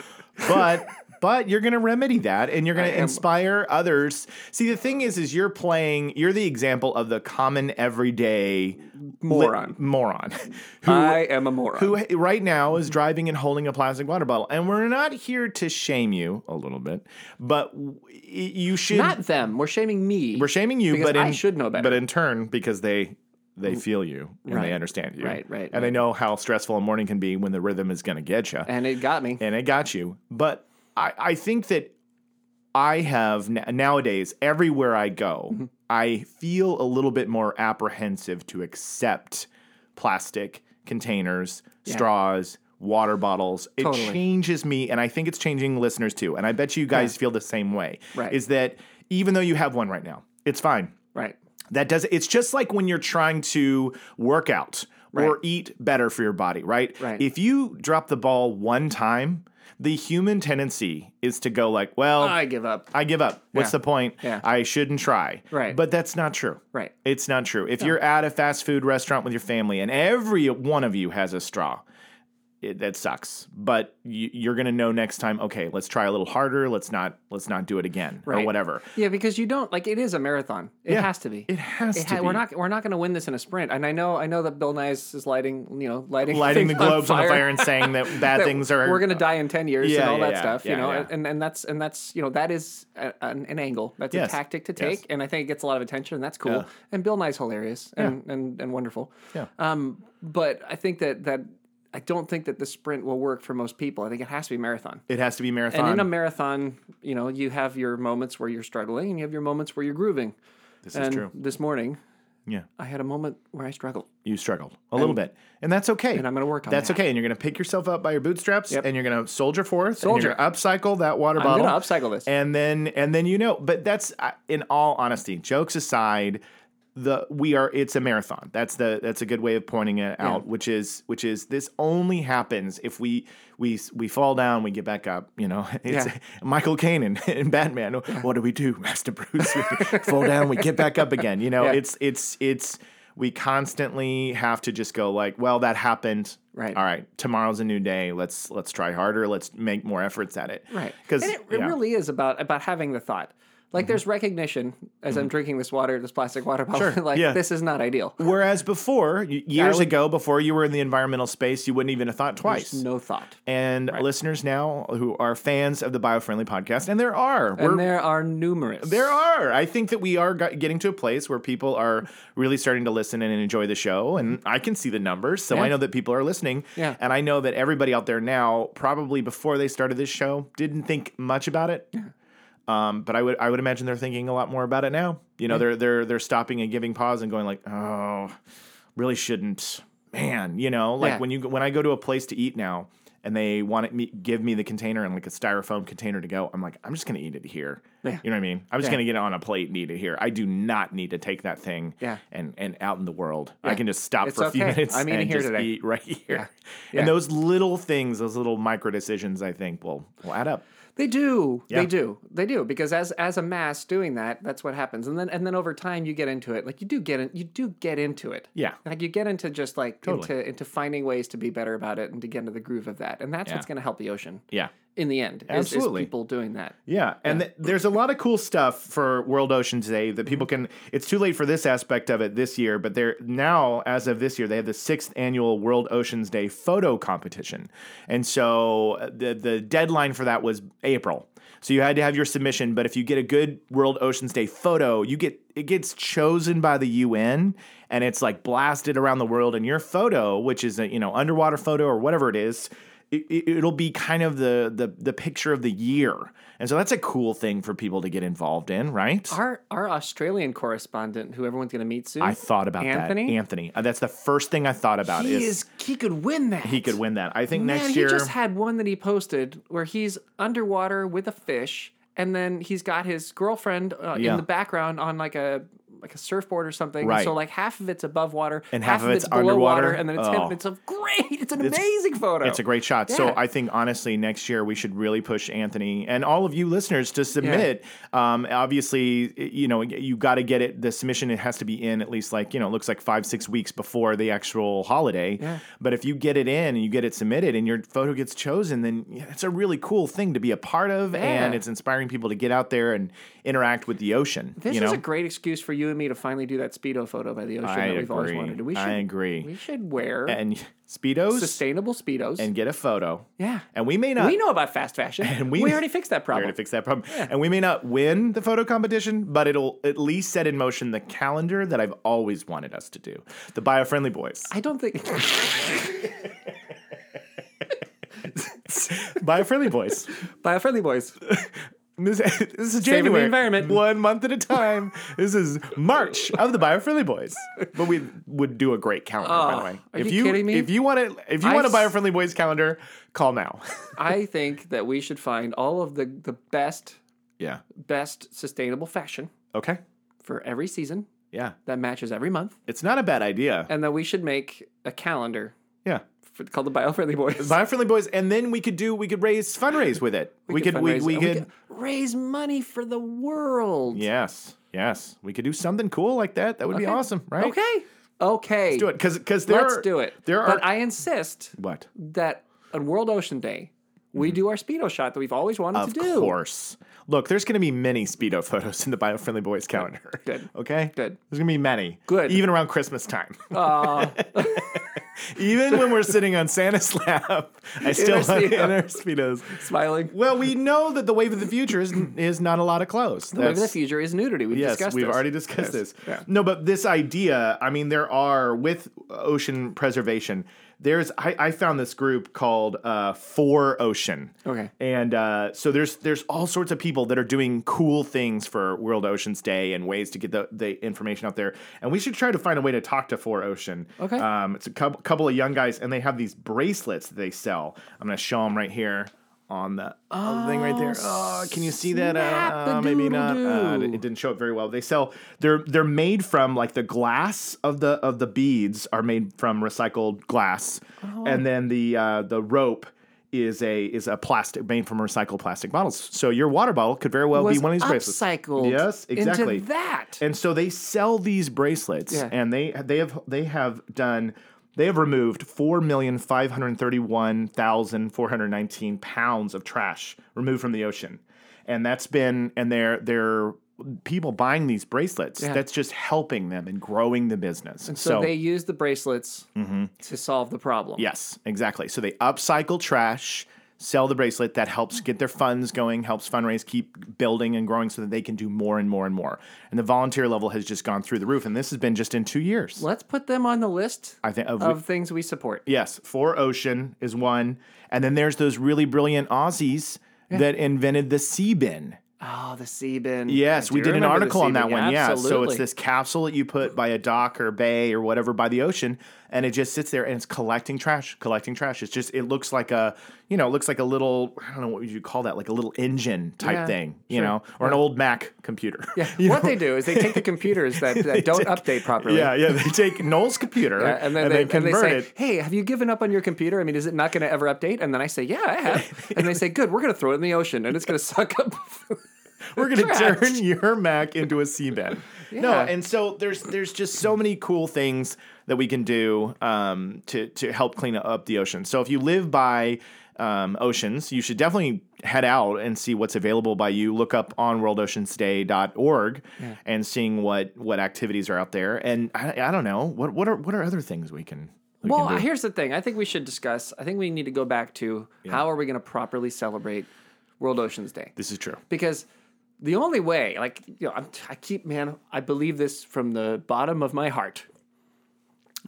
S3: But. But you're gonna remedy that, and you're gonna
S2: am.
S3: inspire others. See, the thing is, is you're playing. You're the example of the common everyday
S2: Moron.
S3: moron, who
S2: I am a moron.
S3: who h- right now is driving and holding a plastic water bottle. And we're not here to shame you a little bit, but w- y- you should
S2: not them. We're shaming me.
S3: We're shaming you,
S2: Because
S3: but in,
S2: I should know better.
S3: But in turn, because they they feel you and
S2: Mm, Right.
S3: they understand you,
S2: Right, right,
S3: and they
S2: right. Eh.
S3: know how stressful a morning can be when the rhythm is going to get you,
S2: and it got me.
S3: and it got you. But I I think that I have n- nowadays everywhere I go,
S2: Mm-hmm.
S3: I feel a little bit more apprehensive to accept plastic containers, straws, water bottles. It
S2: Totally.
S3: changes me, and I think it's changing listeners too. And I bet you guys feel the same way.
S2: Right.
S3: Is that even though you have one right now, it's fine.
S2: Right.
S3: That does it's just like when you're trying to work out
S2: Right.
S3: or eat better for your body, right?
S2: Right.
S3: If you drop the ball one time, the human tendency is to go like, well,
S2: I give up.
S3: I give up. What's
S2: Yeah.
S3: the point?
S2: Yeah.
S3: I shouldn't try.
S2: Right.
S3: But that's not true.
S2: Right.
S3: It's not true. If you're at a fast food restaurant with your family and every one of you has a straw, it, that sucks. But you, you're gonna know next time. Okay, let's try a little harder. Let's not let's not do it again or
S2: Right.
S3: whatever.
S2: Yeah, because you don't like it is a marathon. It has to be.
S3: It has
S2: It
S3: to.
S2: ha-
S3: be.
S2: We're not we're not going to win this in a sprint. And I know I know that Bill Nyes is lighting you know lighting
S3: lighting the
S2: things on
S3: globes on, the fire and saying that bad
S2: that
S3: things are
S2: we're going to die in ten years
S3: Yeah,
S2: and all
S3: yeah,
S2: that
S3: yeah,
S2: stuff.
S3: yeah,
S2: you know,
S3: yeah.
S2: and and that's and that's you know that is a, an, an angle. That's
S3: Yes,
S2: a tactic to
S3: yes.
S2: take, and I think it gets a lot of attention. and That's cool.
S3: Yeah.
S2: And Bill Nyes hilarious and, and and wonderful.
S3: Yeah.
S2: Um, but I think that that. I don't think that the sprint will work for most people. I think it has to be marathon.
S3: It has to be marathon.
S2: And in a marathon, you know, you have your moments where you're struggling and you have your moments where you're grooving. This
S3: is
S2: and
S3: true.
S2: This morning,
S3: yeah,
S2: I had a moment where I struggled.
S3: you struggled a little bit, and that's okay.
S2: and I'm gonna work on
S3: That's
S2: that.
S3: okay, and you're gonna pick yourself up by your bootstraps,
S2: Yep.
S3: and you're gonna soldier forth.
S2: Soldier.
S3: and you're gonna upcycle that water
S2: I'm
S3: bottle.
S2: going to upcycle this.
S3: and then and then you know but that's I- in all honesty jokes aside the we are it's a marathon that's the that's a good way of pointing it out which is which is this only happens if we we we fall down we get back up you know it's
S2: Yeah.
S3: michael caine in, in batman what do we do master bruce we fall down we get back up again you know
S2: Yeah.
S3: it's it's it's we constantly have to just go like well that happened
S2: Right.
S3: all right tomorrow's a new day let's let's try harder let's make more efforts at it
S2: right.
S3: because Mm-hmm.
S2: And it, it really is about about having the thought. Like there's recognition as I'm drinking this water, this plastic water bottle. like
S3: yeah.
S2: this is not ideal.
S3: Whereas before, y- years
S2: would-
S3: ago, before you were in the environmental space, you wouldn't even have thought twice.
S2: No thought.
S3: and listeners now who are fans of the biofriendly podcast, and there are, we're,
S2: and there are numerous.
S3: there are. I think that we are got- getting to a place where people are really starting to listen and enjoy the show, and I can see the numbers, so I
S2: Yeah.
S3: know that people are listening.
S2: Yeah.
S3: and I know that everybody out there now, probably before they started this show, didn't think much about it. Um, but I would I would imagine they're thinking a lot more about it now. You know, they're they're they're stopping and giving pause and going like, oh, really shouldn't, man. You know, like
S2: Yeah.
S3: when you when I go to a place to eat now and they want it me give me the container and like a styrofoam container to go, I'm like, I'm just gonna eat it here.
S2: Yeah.
S3: You know what I mean? I'm just
S2: Yeah.
S3: gonna get it on a plate and eat it here. I do not need to take that thing
S2: Yeah.
S3: and and out in the world. I
S2: Yeah.
S3: can just stop
S2: It's
S3: for a few
S2: okay.
S3: minutes
S2: I'm eating
S3: and
S2: here
S3: just
S2: today.
S3: eat right here.
S2: Yeah.
S3: And those little things, those little micro decisions, I think will will add up.
S2: They do.
S3: Yeah.
S2: They do. They do because as as a mass doing that, that's what happens. And then and then over time you get into it. Like you do get in, you do get into it.
S3: Yeah.
S2: Like you get into just like
S3: Totally.
S2: into into finding ways to be better about it and to get into the groove of that. And that's what's
S3: Yeah.
S2: going to help the ocean
S3: Yeah.
S2: in the end. is- is
S3: Absolutely.
S2: people doing that.
S3: Yeah, and th- there's a lot of cool stuff for World Ocean Day that people can. It's too late for this aspect of it this year, but they're now, as of this year, they have the sixth annual World Oceans Day photo competition, and so uh, the the deadline for that was April. So you had to have your submission, but if you get a good World Oceans Day photo, you get it gets chosen by the UN and it's like blasted around the world. And your photo, which is a you know underwater photo or whatever it is, it, it- it'll be kind of the, the the picture of the year, and so that's a cool thing for people to get involved in, right?
S2: Our our Australian correspondent, who everyone's going to meet soon,
S3: I thought about that,
S2: Anthony?
S3: Anthony. Uh, That's the first thing I thought about
S2: he
S3: is,
S2: is he could win that.
S3: he could win that. I think
S2: Man,
S3: next year,
S2: he just had one that he posted where he's underwater with a fish, and then he's got his girlfriend uh,
S3: Yeah.
S2: in the background on like a like a surfboard or something.
S3: Right.
S2: So like half of it's above water,
S3: And half of it's
S2: below
S3: underwater.
S2: water, and then it's
S3: Oh.
S2: him. It's a great. It's an amazing photo.
S3: it's a great shot. So
S2: Yeah.
S3: I think honestly, next year we should really push Anthony and all of you listeners to submit. Um, obviously, i- you know you got to get it. The submission it has to be in at least like you know it looks like five six weeks before the actual holiday.
S2: Yeah.
S3: But if you get it in and you get it submitted and your photo gets chosen, then yeah, it's a really cool thing to be a part of, and
S2: Yeah.
S3: it's inspiring people to get out there and interact with the ocean.
S2: This
S3: you know?
S2: is a great excuse for you and me to finally do that speedo photo by the ocean
S3: I
S2: that we've always
S3: agree.
S2: wanted. We should,
S3: I agree.
S2: We should wear
S3: and speedos
S2: sustainable speedos.
S3: and get a photo.
S2: yeah,
S3: And we may not
S2: we know about fast fashion.
S3: And we-
S2: we, already fixed that
S3: We're
S2: problem.
S3: gonna fix that problem. And we may not win the photo competition, but it'll at least set in motion the calendar that I've always wanted us to do. The bio-friendly boys.
S2: I don't think.
S3: Bio-friendly boys.
S2: Bio friendly boys.
S3: This, this is
S2: Saving the
S3: January.
S2: environment.
S3: One month at a time. this is March of the Biofriendly Boys. But we would do a great calendar, by the
S2: Oh,
S3: way.
S2: are
S3: if
S2: you kidding me?
S3: If you want it, if you
S2: I
S3: want a
S2: s-
S3: Biofriendly Boys calendar, call now.
S2: I think that we should find all of the the best
S3: yeah.
S2: best sustainable fashion
S3: Okay.
S2: for every season
S3: Yeah.
S2: that matches every month,
S3: It's not a bad idea.
S2: and that we should make a calendar
S3: Yeah.
S2: for, called the Biofriendly Boys.
S3: Biofriendly Boys, and then we could do we could raise fundraise with it. We, could, we,
S2: fundraise-
S3: we
S2: and
S3: could
S2: raise money for the world.
S3: Yes. Yes. We could do something cool like that. That would be awesome, right?
S2: Okay. Okay.
S3: Let's do it. Cause cause there
S2: Let's
S3: are-
S2: do it.
S3: There are
S2: but I insist
S3: what?
S2: that on World Ocean Day, we do our speedo shot that we've always wanted
S3: Mm-hmm. Of
S2: to do.
S3: course. Look, there's going to be many Speedo photos in the Biofriendly Boys calendar.
S2: Good.
S3: Okay?
S2: Good.
S3: There's going to be many.
S2: Good. Oh.
S3: Even around Christmas time. Even when we're sitting on Santa's lap, I still
S2: our
S3: want in
S2: Speedos.
S3: our Speedos.
S2: Smiling.
S3: Well, we know that the wave of the future is, is not a lot of clothes.
S2: The wave of the
S3: That's-
S2: future is nudity. We've
S3: Yes,
S2: discussed
S3: we've
S2: this.
S3: already discussed
S2: Yes.
S3: this.
S2: Yeah.
S3: No, but this idea, I mean, there are with ocean preservation. There's, I, I found this group called uh, For Ocean.
S2: Okay.
S3: And uh, so there's there's all sorts of people that are doing cool things for World Oceans Day and ways to get the, the information out there. And we should try to find a way to talk to For Ocean.
S2: Okay.
S3: Um, it's a couple, couple of young guys, and they have these bracelets that they sell. I'm gonna show them right here on the oh, thing right there. Oh, can you see that? Uh, uh, maybe not. Uh,
S2: snap-a-doodle-doo.
S3: it didn't show up very well. They sell they're they're made from like the glass of the of the beads are made from recycled glass,
S2: Uh-huh.
S3: and then the uh, the rope. Is a is a plastic made from recycled plastic bottles, so your water bottle could very well
S2: Was
S3: be one of these bracelets.
S2: upcycled
S3: Yes,
S2: into
S3: exactly.
S2: that.
S3: And so they sell these bracelets,
S2: Yeah.
S3: and they they have they have done they have removed four million five hundred thirty one thousand four hundred nineteen pounds of trash removed from the ocean, and that's been and they're they're people buying these bracelets. That's just helping them and growing the business.
S2: So, they use the bracelets
S3: Mm-hmm.
S2: to solve the problem.
S3: Yes, exactly. So they upcycle trash, sell the bracelet. That helps get their funds going, helps fundraise, keep building and growing so that they can do more and more and more. And the volunteer level has just gone through the roof. And this has been just in two years.
S2: Let's put them on the list
S3: I think of,
S2: of things we support.
S3: yes, For Ocean is one. And then there's those really brilliant Aussies that invented the sea bin.
S2: Oh, the sea bin.
S3: Yes,
S2: I do
S3: we did an
S2: remember the
S3: article
S2: sea
S3: on that
S2: bin.
S3: one. Yeah. So
S2: Absolutely.
S3: it's this capsule that you put by a dock or bay or whatever by the ocean, and it just sits there and it's collecting trash, collecting trash. It's just it looks like a you know it looks like a little I don't know what would you call that like a little engine type
S2: Yeah,
S3: thing you know or an old Mac computer.
S2: Yeah. What they do is they take the computers that, that don't update properly.
S3: yeah, yeah. They take Noel's computer
S2: Yeah, and then they, and they say, "Hey, have you given up on your computer? I mean, is it not going to ever update?" And then I say, "Yeah, I have." and they say, "Good, we're going to throw it in the ocean, and it's going to suck up."
S3: We're gonna
S2: Trash.
S3: turn your Mac into a seabed. No,
S2: Yeah.
S3: and so there's there's just so many cool things that we can do um, to to help clean up the ocean. So if you live by um, oceans, you should definitely head out and see what's available by you. Look up on worldoceansday.org and seeing what what activities are out there. And I, I don't know what what are what are other things we can. We
S2: well,
S3: can do?
S2: here's the thing. I think we should discuss. I think we need to go back to how are we going to properly celebrate World Oceans Day?
S3: this is true.
S2: because the only way, like you know, I'm, I keep man, I believe this from the bottom of my heart.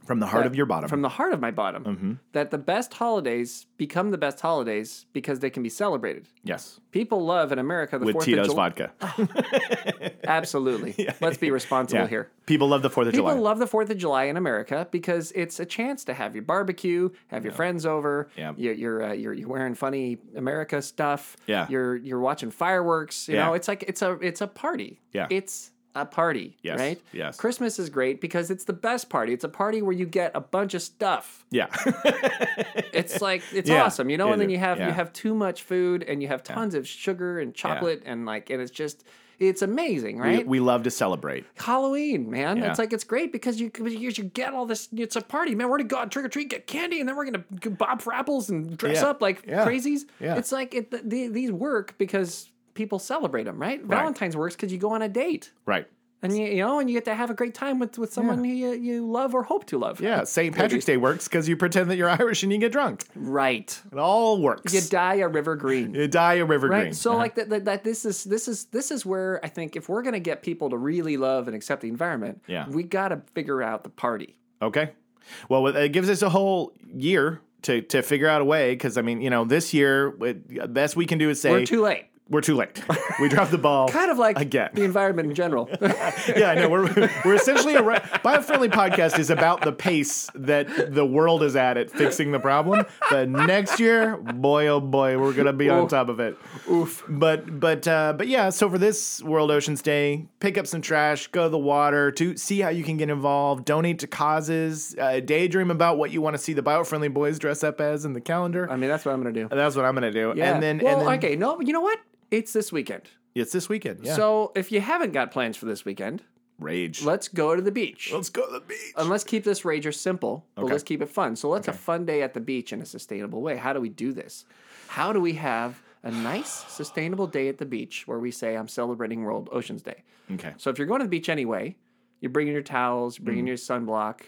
S3: From the heart of your bottom.
S2: from the heart of my bottom
S3: Mm-hmm.
S2: that the best holidays become the best holidays because they can be celebrated.
S3: yes,
S2: People love in America the
S3: with
S2: Fourth
S3: Tito's
S2: of Oh, July.
S3: vodka.
S2: Absolutely, let's be responsible
S3: Yeah.
S2: here.
S3: People love the Fourth of
S2: People
S3: July.
S2: love the Fourth of July in America because it's a chance to have your barbecue, have your friends over.
S3: Yeah.
S2: You're you're, uh, you're you're wearing funny America stuff.
S3: Yeah.
S2: You're you're watching fireworks. You
S3: Yeah.
S2: know, it's like it's a it's a party.
S3: Yeah.
S2: It's a party.
S3: Yes,
S2: Right.
S3: yes.
S2: Christmas is great because it's the best party. It's a party where you get a bunch of stuff.
S3: yeah.
S2: it's like it's
S3: Yeah,
S2: awesome, you know.
S3: it
S2: And then
S3: is,
S2: you have
S3: yeah.
S2: you have too much food, and you have tons of sugar and chocolate, and like, and it's just it's amazing,
S3: We-
S2: right?
S3: We, love to celebrate.
S2: Halloween, man,
S3: Yeah.
S2: it's like it's great because you you should get all this. It's a party, man. We're gonna go out trick or treat, get candy, and then we're gonna go bob for apples and dress
S3: Yeah.
S2: up like
S3: Yeah.
S2: crazies.
S3: Yeah.
S2: It's like it, th- the, these work because people celebrate them, right? Valentine's works because you go on a date.
S3: Right.
S2: And you, you know, and you get to have a great time with, with someone who you, you love or hope to love.
S3: Yeah. St. Patrick's Day works because you pretend that you're Irish and you get drunk.
S2: Right.
S3: It all works.
S2: You die a river green.
S3: You die a river
S2: right
S3: green. Uh-huh.
S2: so like that, that that this is this is this is where i think if we're going to get people to really love and accept the environment
S3: Yeah.
S2: we got to figure out the party
S3: okay. Well, it gives us a whole year to, to figure out a way because I mean, you know, this year, it, best we can do is say
S2: we're too late
S3: we're too late. We dropped the ball.
S2: Kind of like
S3: again.
S2: the environment in general.
S3: yeah, I know. We're, we're essentially a re- biofriendly podcast is about the pace that the world is at at fixing the problem. But next year, boy oh boy, we're gonna be on
S2: Oof.
S3: top of it. Oof. But but uh, but yeah. So for this World Oceans Day, pick up some trash, go to the water to see how you can get involved, donate to causes, uh, daydream about what you want to see the biofriendly boys dress up as in the calendar.
S2: I mean, that's what I'm going to do.
S3: And that's what I'm gonna do.
S2: Yeah.
S3: And then
S2: well,
S3: and then
S2: okay, no, you know what? It's this weekend.
S3: it's this weekend. Yeah.
S2: So if you haven't got plans for this weekend,
S3: rage.
S2: let's Um, go to the beach.
S3: Let's go to the beach.
S2: and let's keep this rager simple, but
S3: Okay.
S2: let's keep it fun. So let's a fun day at the beach in a sustainable way. How do we do this? How do we have a nice, sustainable day at the beach where we say, I'm celebrating World Oceans Day?
S3: okay.
S2: So if you're going to the beach anyway, you're bringing your towels, you're
S3: Mm-hmm.
S2: bringing your sunblock.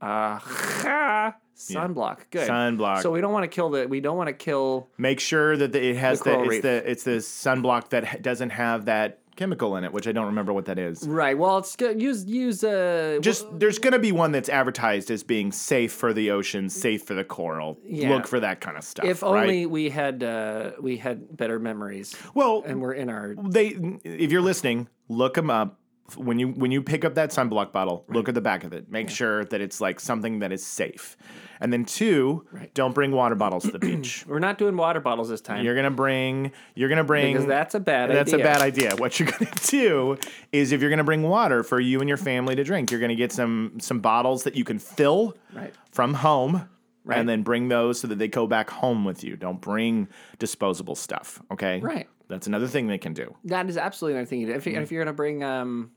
S2: Uh, sunblock. Good.
S3: Sunblock.
S2: So we don't want to kill the. We don't want to kill.
S3: Make sure that the, it has
S2: The
S3: the,
S2: coral
S3: it's
S2: reef.
S3: the it's the sunblock that ha- doesn't have that chemical in it, which I don't remember what that is.
S2: Right. Well, it's good. Use use uh,
S3: Just there's gonna be one that's advertised as being safe for the ocean, safe for the coral.
S2: Yeah.
S3: Look for that kind of stuff.
S2: If
S3: right?
S2: only we had uh, we had better memories.
S3: Well,
S2: and we're in our
S3: they if you're listening, look them up. When you when you pick up that sunblock bottle, look at the back of it. Make sure that it's like something that is safe. And then two, don't bring water bottles to the beach.
S2: we're not doing water bottles this time.
S3: You're gonna bring. You're gonna bring.
S2: Because that's a bad
S3: That's
S2: idea.
S3: a bad idea. What you're gonna do is if you're gonna bring water for you and your family to drink, you're gonna get some some bottles that you can fill
S2: Right.
S3: from home,
S2: Right.
S3: and then bring those so that they go back home with you. Don't bring disposable stuff. Okay.
S2: Right.
S3: That's another thing they can do.
S2: That is absolutely another thing you do. If, you-
S3: Mm.
S2: if you're gonna bring um,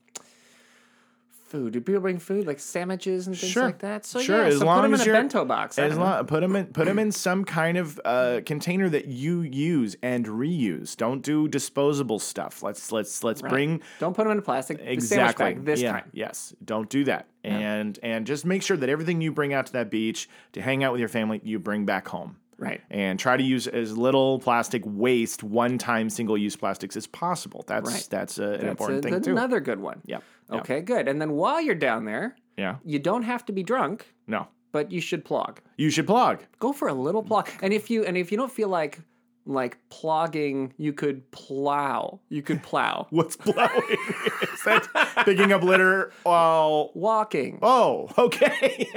S2: food, do people bring food like sandwiches and things
S3: Sure.
S2: like that? So
S3: Sure,
S2: yeah,
S3: as
S2: so
S3: long
S2: put them
S3: as
S2: in a
S3: you're-
S2: bento box. I
S3: As
S2: don't know.
S3: long, put them in put 'em in some kind of uh, container that you use and reuse. Don't do disposable stuff. Let's let's let's bring
S2: Don't put them in a plastic sandwich
S3: exactly
S2: bag this
S3: Yeah.
S2: time.
S3: Yes, don't do that, and and just make sure that everything you bring out to that beach to hang out with your family, you bring back home.
S2: Right.
S3: And try to use as little plastic waste, one-time single-use plastics as possible. That's
S2: Right.
S3: that's, a, an
S2: That's
S3: important
S2: a-
S3: thing
S2: that's
S3: too.
S2: another good one.
S3: Yeah. Yeah.
S2: Okay, good. And then while you're down there,
S3: Yeah.
S2: you don't have to be drunk,
S3: No.
S2: but you should plog.
S3: You should plug.
S2: Go for a little plog. And if you and if you don't feel like like plogging, you could plow. You could plow.
S3: What's blowing? Is that picking up litter? Oh,
S2: Walking.
S3: Oh, okay.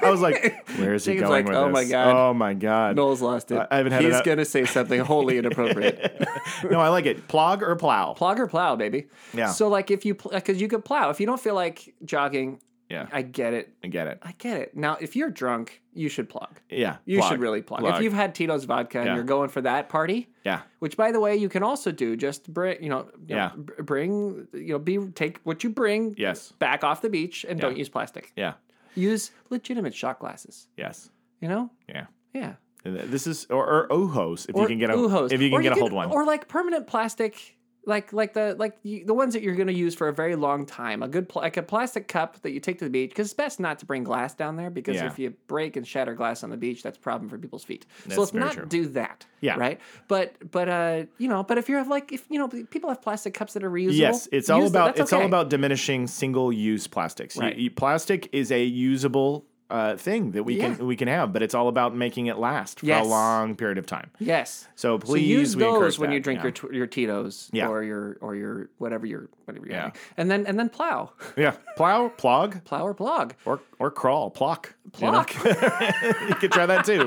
S3: I was like, where is he
S2: Jake's
S3: going
S2: like,
S3: with
S2: "Oh
S3: this?
S2: my God."
S3: Oh my god.
S2: Noel's lost it.
S3: I- I haven't had
S2: He's
S3: enough-
S2: gonna say something wholly inappropriate.
S3: no, I like it. Plog or plow?
S2: Plog or plow, baby.
S3: Yeah.
S2: So like, if you because you could plow. If you don't feel like jogging,
S3: yeah, I,
S2: I get it.
S3: get it.
S2: I get it. Now, if you're drunk, you should plug.
S3: Yeah,
S2: You should really plug. If you've had Tito's vodka and
S3: Yeah.
S2: you're going for that party,
S3: yeah,
S2: which by the way, you can also do. Just bring, you know, you know,
S3: Yeah.
S2: br- bring, you know, be take what you bring.
S3: Yes.
S2: Back off the beach and don't use plastic.
S3: yeah,
S2: Use legitimate shot glasses.
S3: yes,
S2: You know.
S3: yeah.
S2: Yeah.
S3: And th- This is or, or ohos if you
S2: Or
S3: can get a
S2: Uhos.
S3: if you can
S2: Or
S3: get a hold one.
S2: or like permanent plastic, like like the like you, the ones that you're going to use for a very long time. A good pl- like a plastic cup that you take to the beach because it's best not to bring glass down there because
S3: Yeah.
S2: if you break and shatter glass on the beach, that's a problem for people's feet.
S3: That's
S2: so let's
S3: very
S2: not
S3: true.
S2: do that.
S3: Yeah.
S2: Right. But but uh you know but if you're like if you know people have plastic cups that are reusable.
S3: Yes, it's all
S2: use them.
S3: about
S2: That's
S3: it's all
S2: okay.
S3: about diminishing single-use plastics. You-
S2: Right.
S3: you- plastic is a usable uh, thing that we
S2: Yeah.
S3: can we can have, but it's all about making it last for
S2: Yes.
S3: a long period of time.
S2: yes.
S3: So
S2: So
S3: please,
S2: use
S3: we encourage
S2: those when
S3: that.
S2: you drink
S3: Yeah.
S2: your tw- your Tito's
S3: Yeah.
S2: or your or your whatever your whatever you're
S3: Yeah.
S2: having. and then and then plow
S3: Yeah, plow, plog,
S2: plow or plog
S3: or or crawl, plock, you know?
S2: plock.
S3: You, could try that too.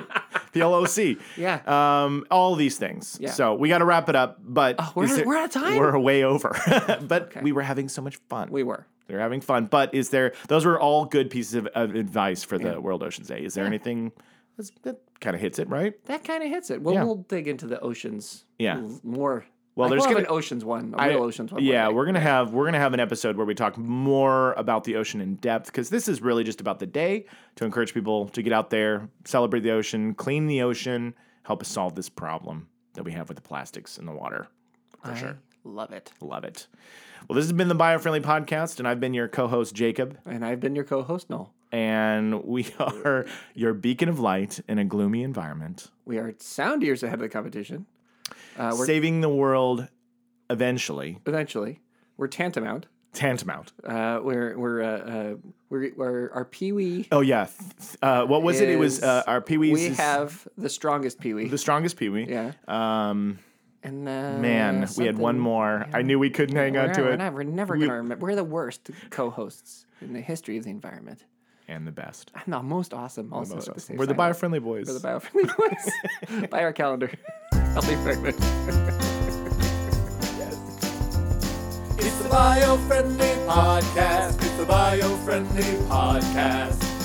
S3: P L O C.
S2: Yeah.
S3: Um, all these things.
S2: Yeah. Oh,
S3: So we got to wrap it up, but
S2: we're-
S3: is
S2: we're out of time?
S3: We're way over, but we were having so much fun.
S2: we were.
S3: They're having fun, but is there? Those were all good pieces of, of advice for the World Oceans Day. Is there anything that's, that kind of hits it right?
S2: That kind of hits it. Well,
S3: Yeah.
S2: we'll dig into the oceans.
S3: Yeah.
S2: l- More.
S3: Well,
S2: Well,
S3: there's
S2: there's going
S3: gonna-
S2: an oceans one, a real
S3: I-
S2: oceans one. one
S3: Yeah,
S2: day.
S3: we're gonna have we're gonna have an episode where we talk more about the ocean in depth because this is really just about the day to encourage people to get out there, celebrate the ocean, clean the ocean, help us solve this problem that we have with the plastics in the water.
S2: I Love it.
S3: Love it. Well, this has been the Biofriendly Podcast, and I've been your co-host Jacob,
S2: And I've been your co-host, Noel.
S3: and we are your beacon of light in a gloomy environment,
S2: We are sound years ahead of the competition. Uh, we're
S3: saving the world eventually.
S2: eventually. We're tantamount.
S3: Tantamount.
S2: Uh, we're we're uh, uh, we're, we're our peewee.
S3: Oh yeah. Th- th- Uh, what was it? It was
S2: is-
S3: uh, our Pee Wee's.
S2: We have the strongest peewee.
S3: the strongest Pee Wee.
S2: yeah.
S3: Um,
S2: And uh,
S3: Man, we had one
S2: something-
S3: more. I knew we couldn't hang on
S2: we're,
S3: to
S2: we're
S3: it.
S2: Not, we're never going to remember. We're the worst co-hosts in the history of the environment.
S3: And the best.
S2: And the most awesome also
S3: Most
S2: at
S3: awesome.
S2: the same
S3: We're the
S2: time.
S3: biofriendly boys.
S2: We're the biofriendly boys. Buy our calendar. Healthy fragment.
S1: It's the bio friendly podcast. It's the bio friendly podcast.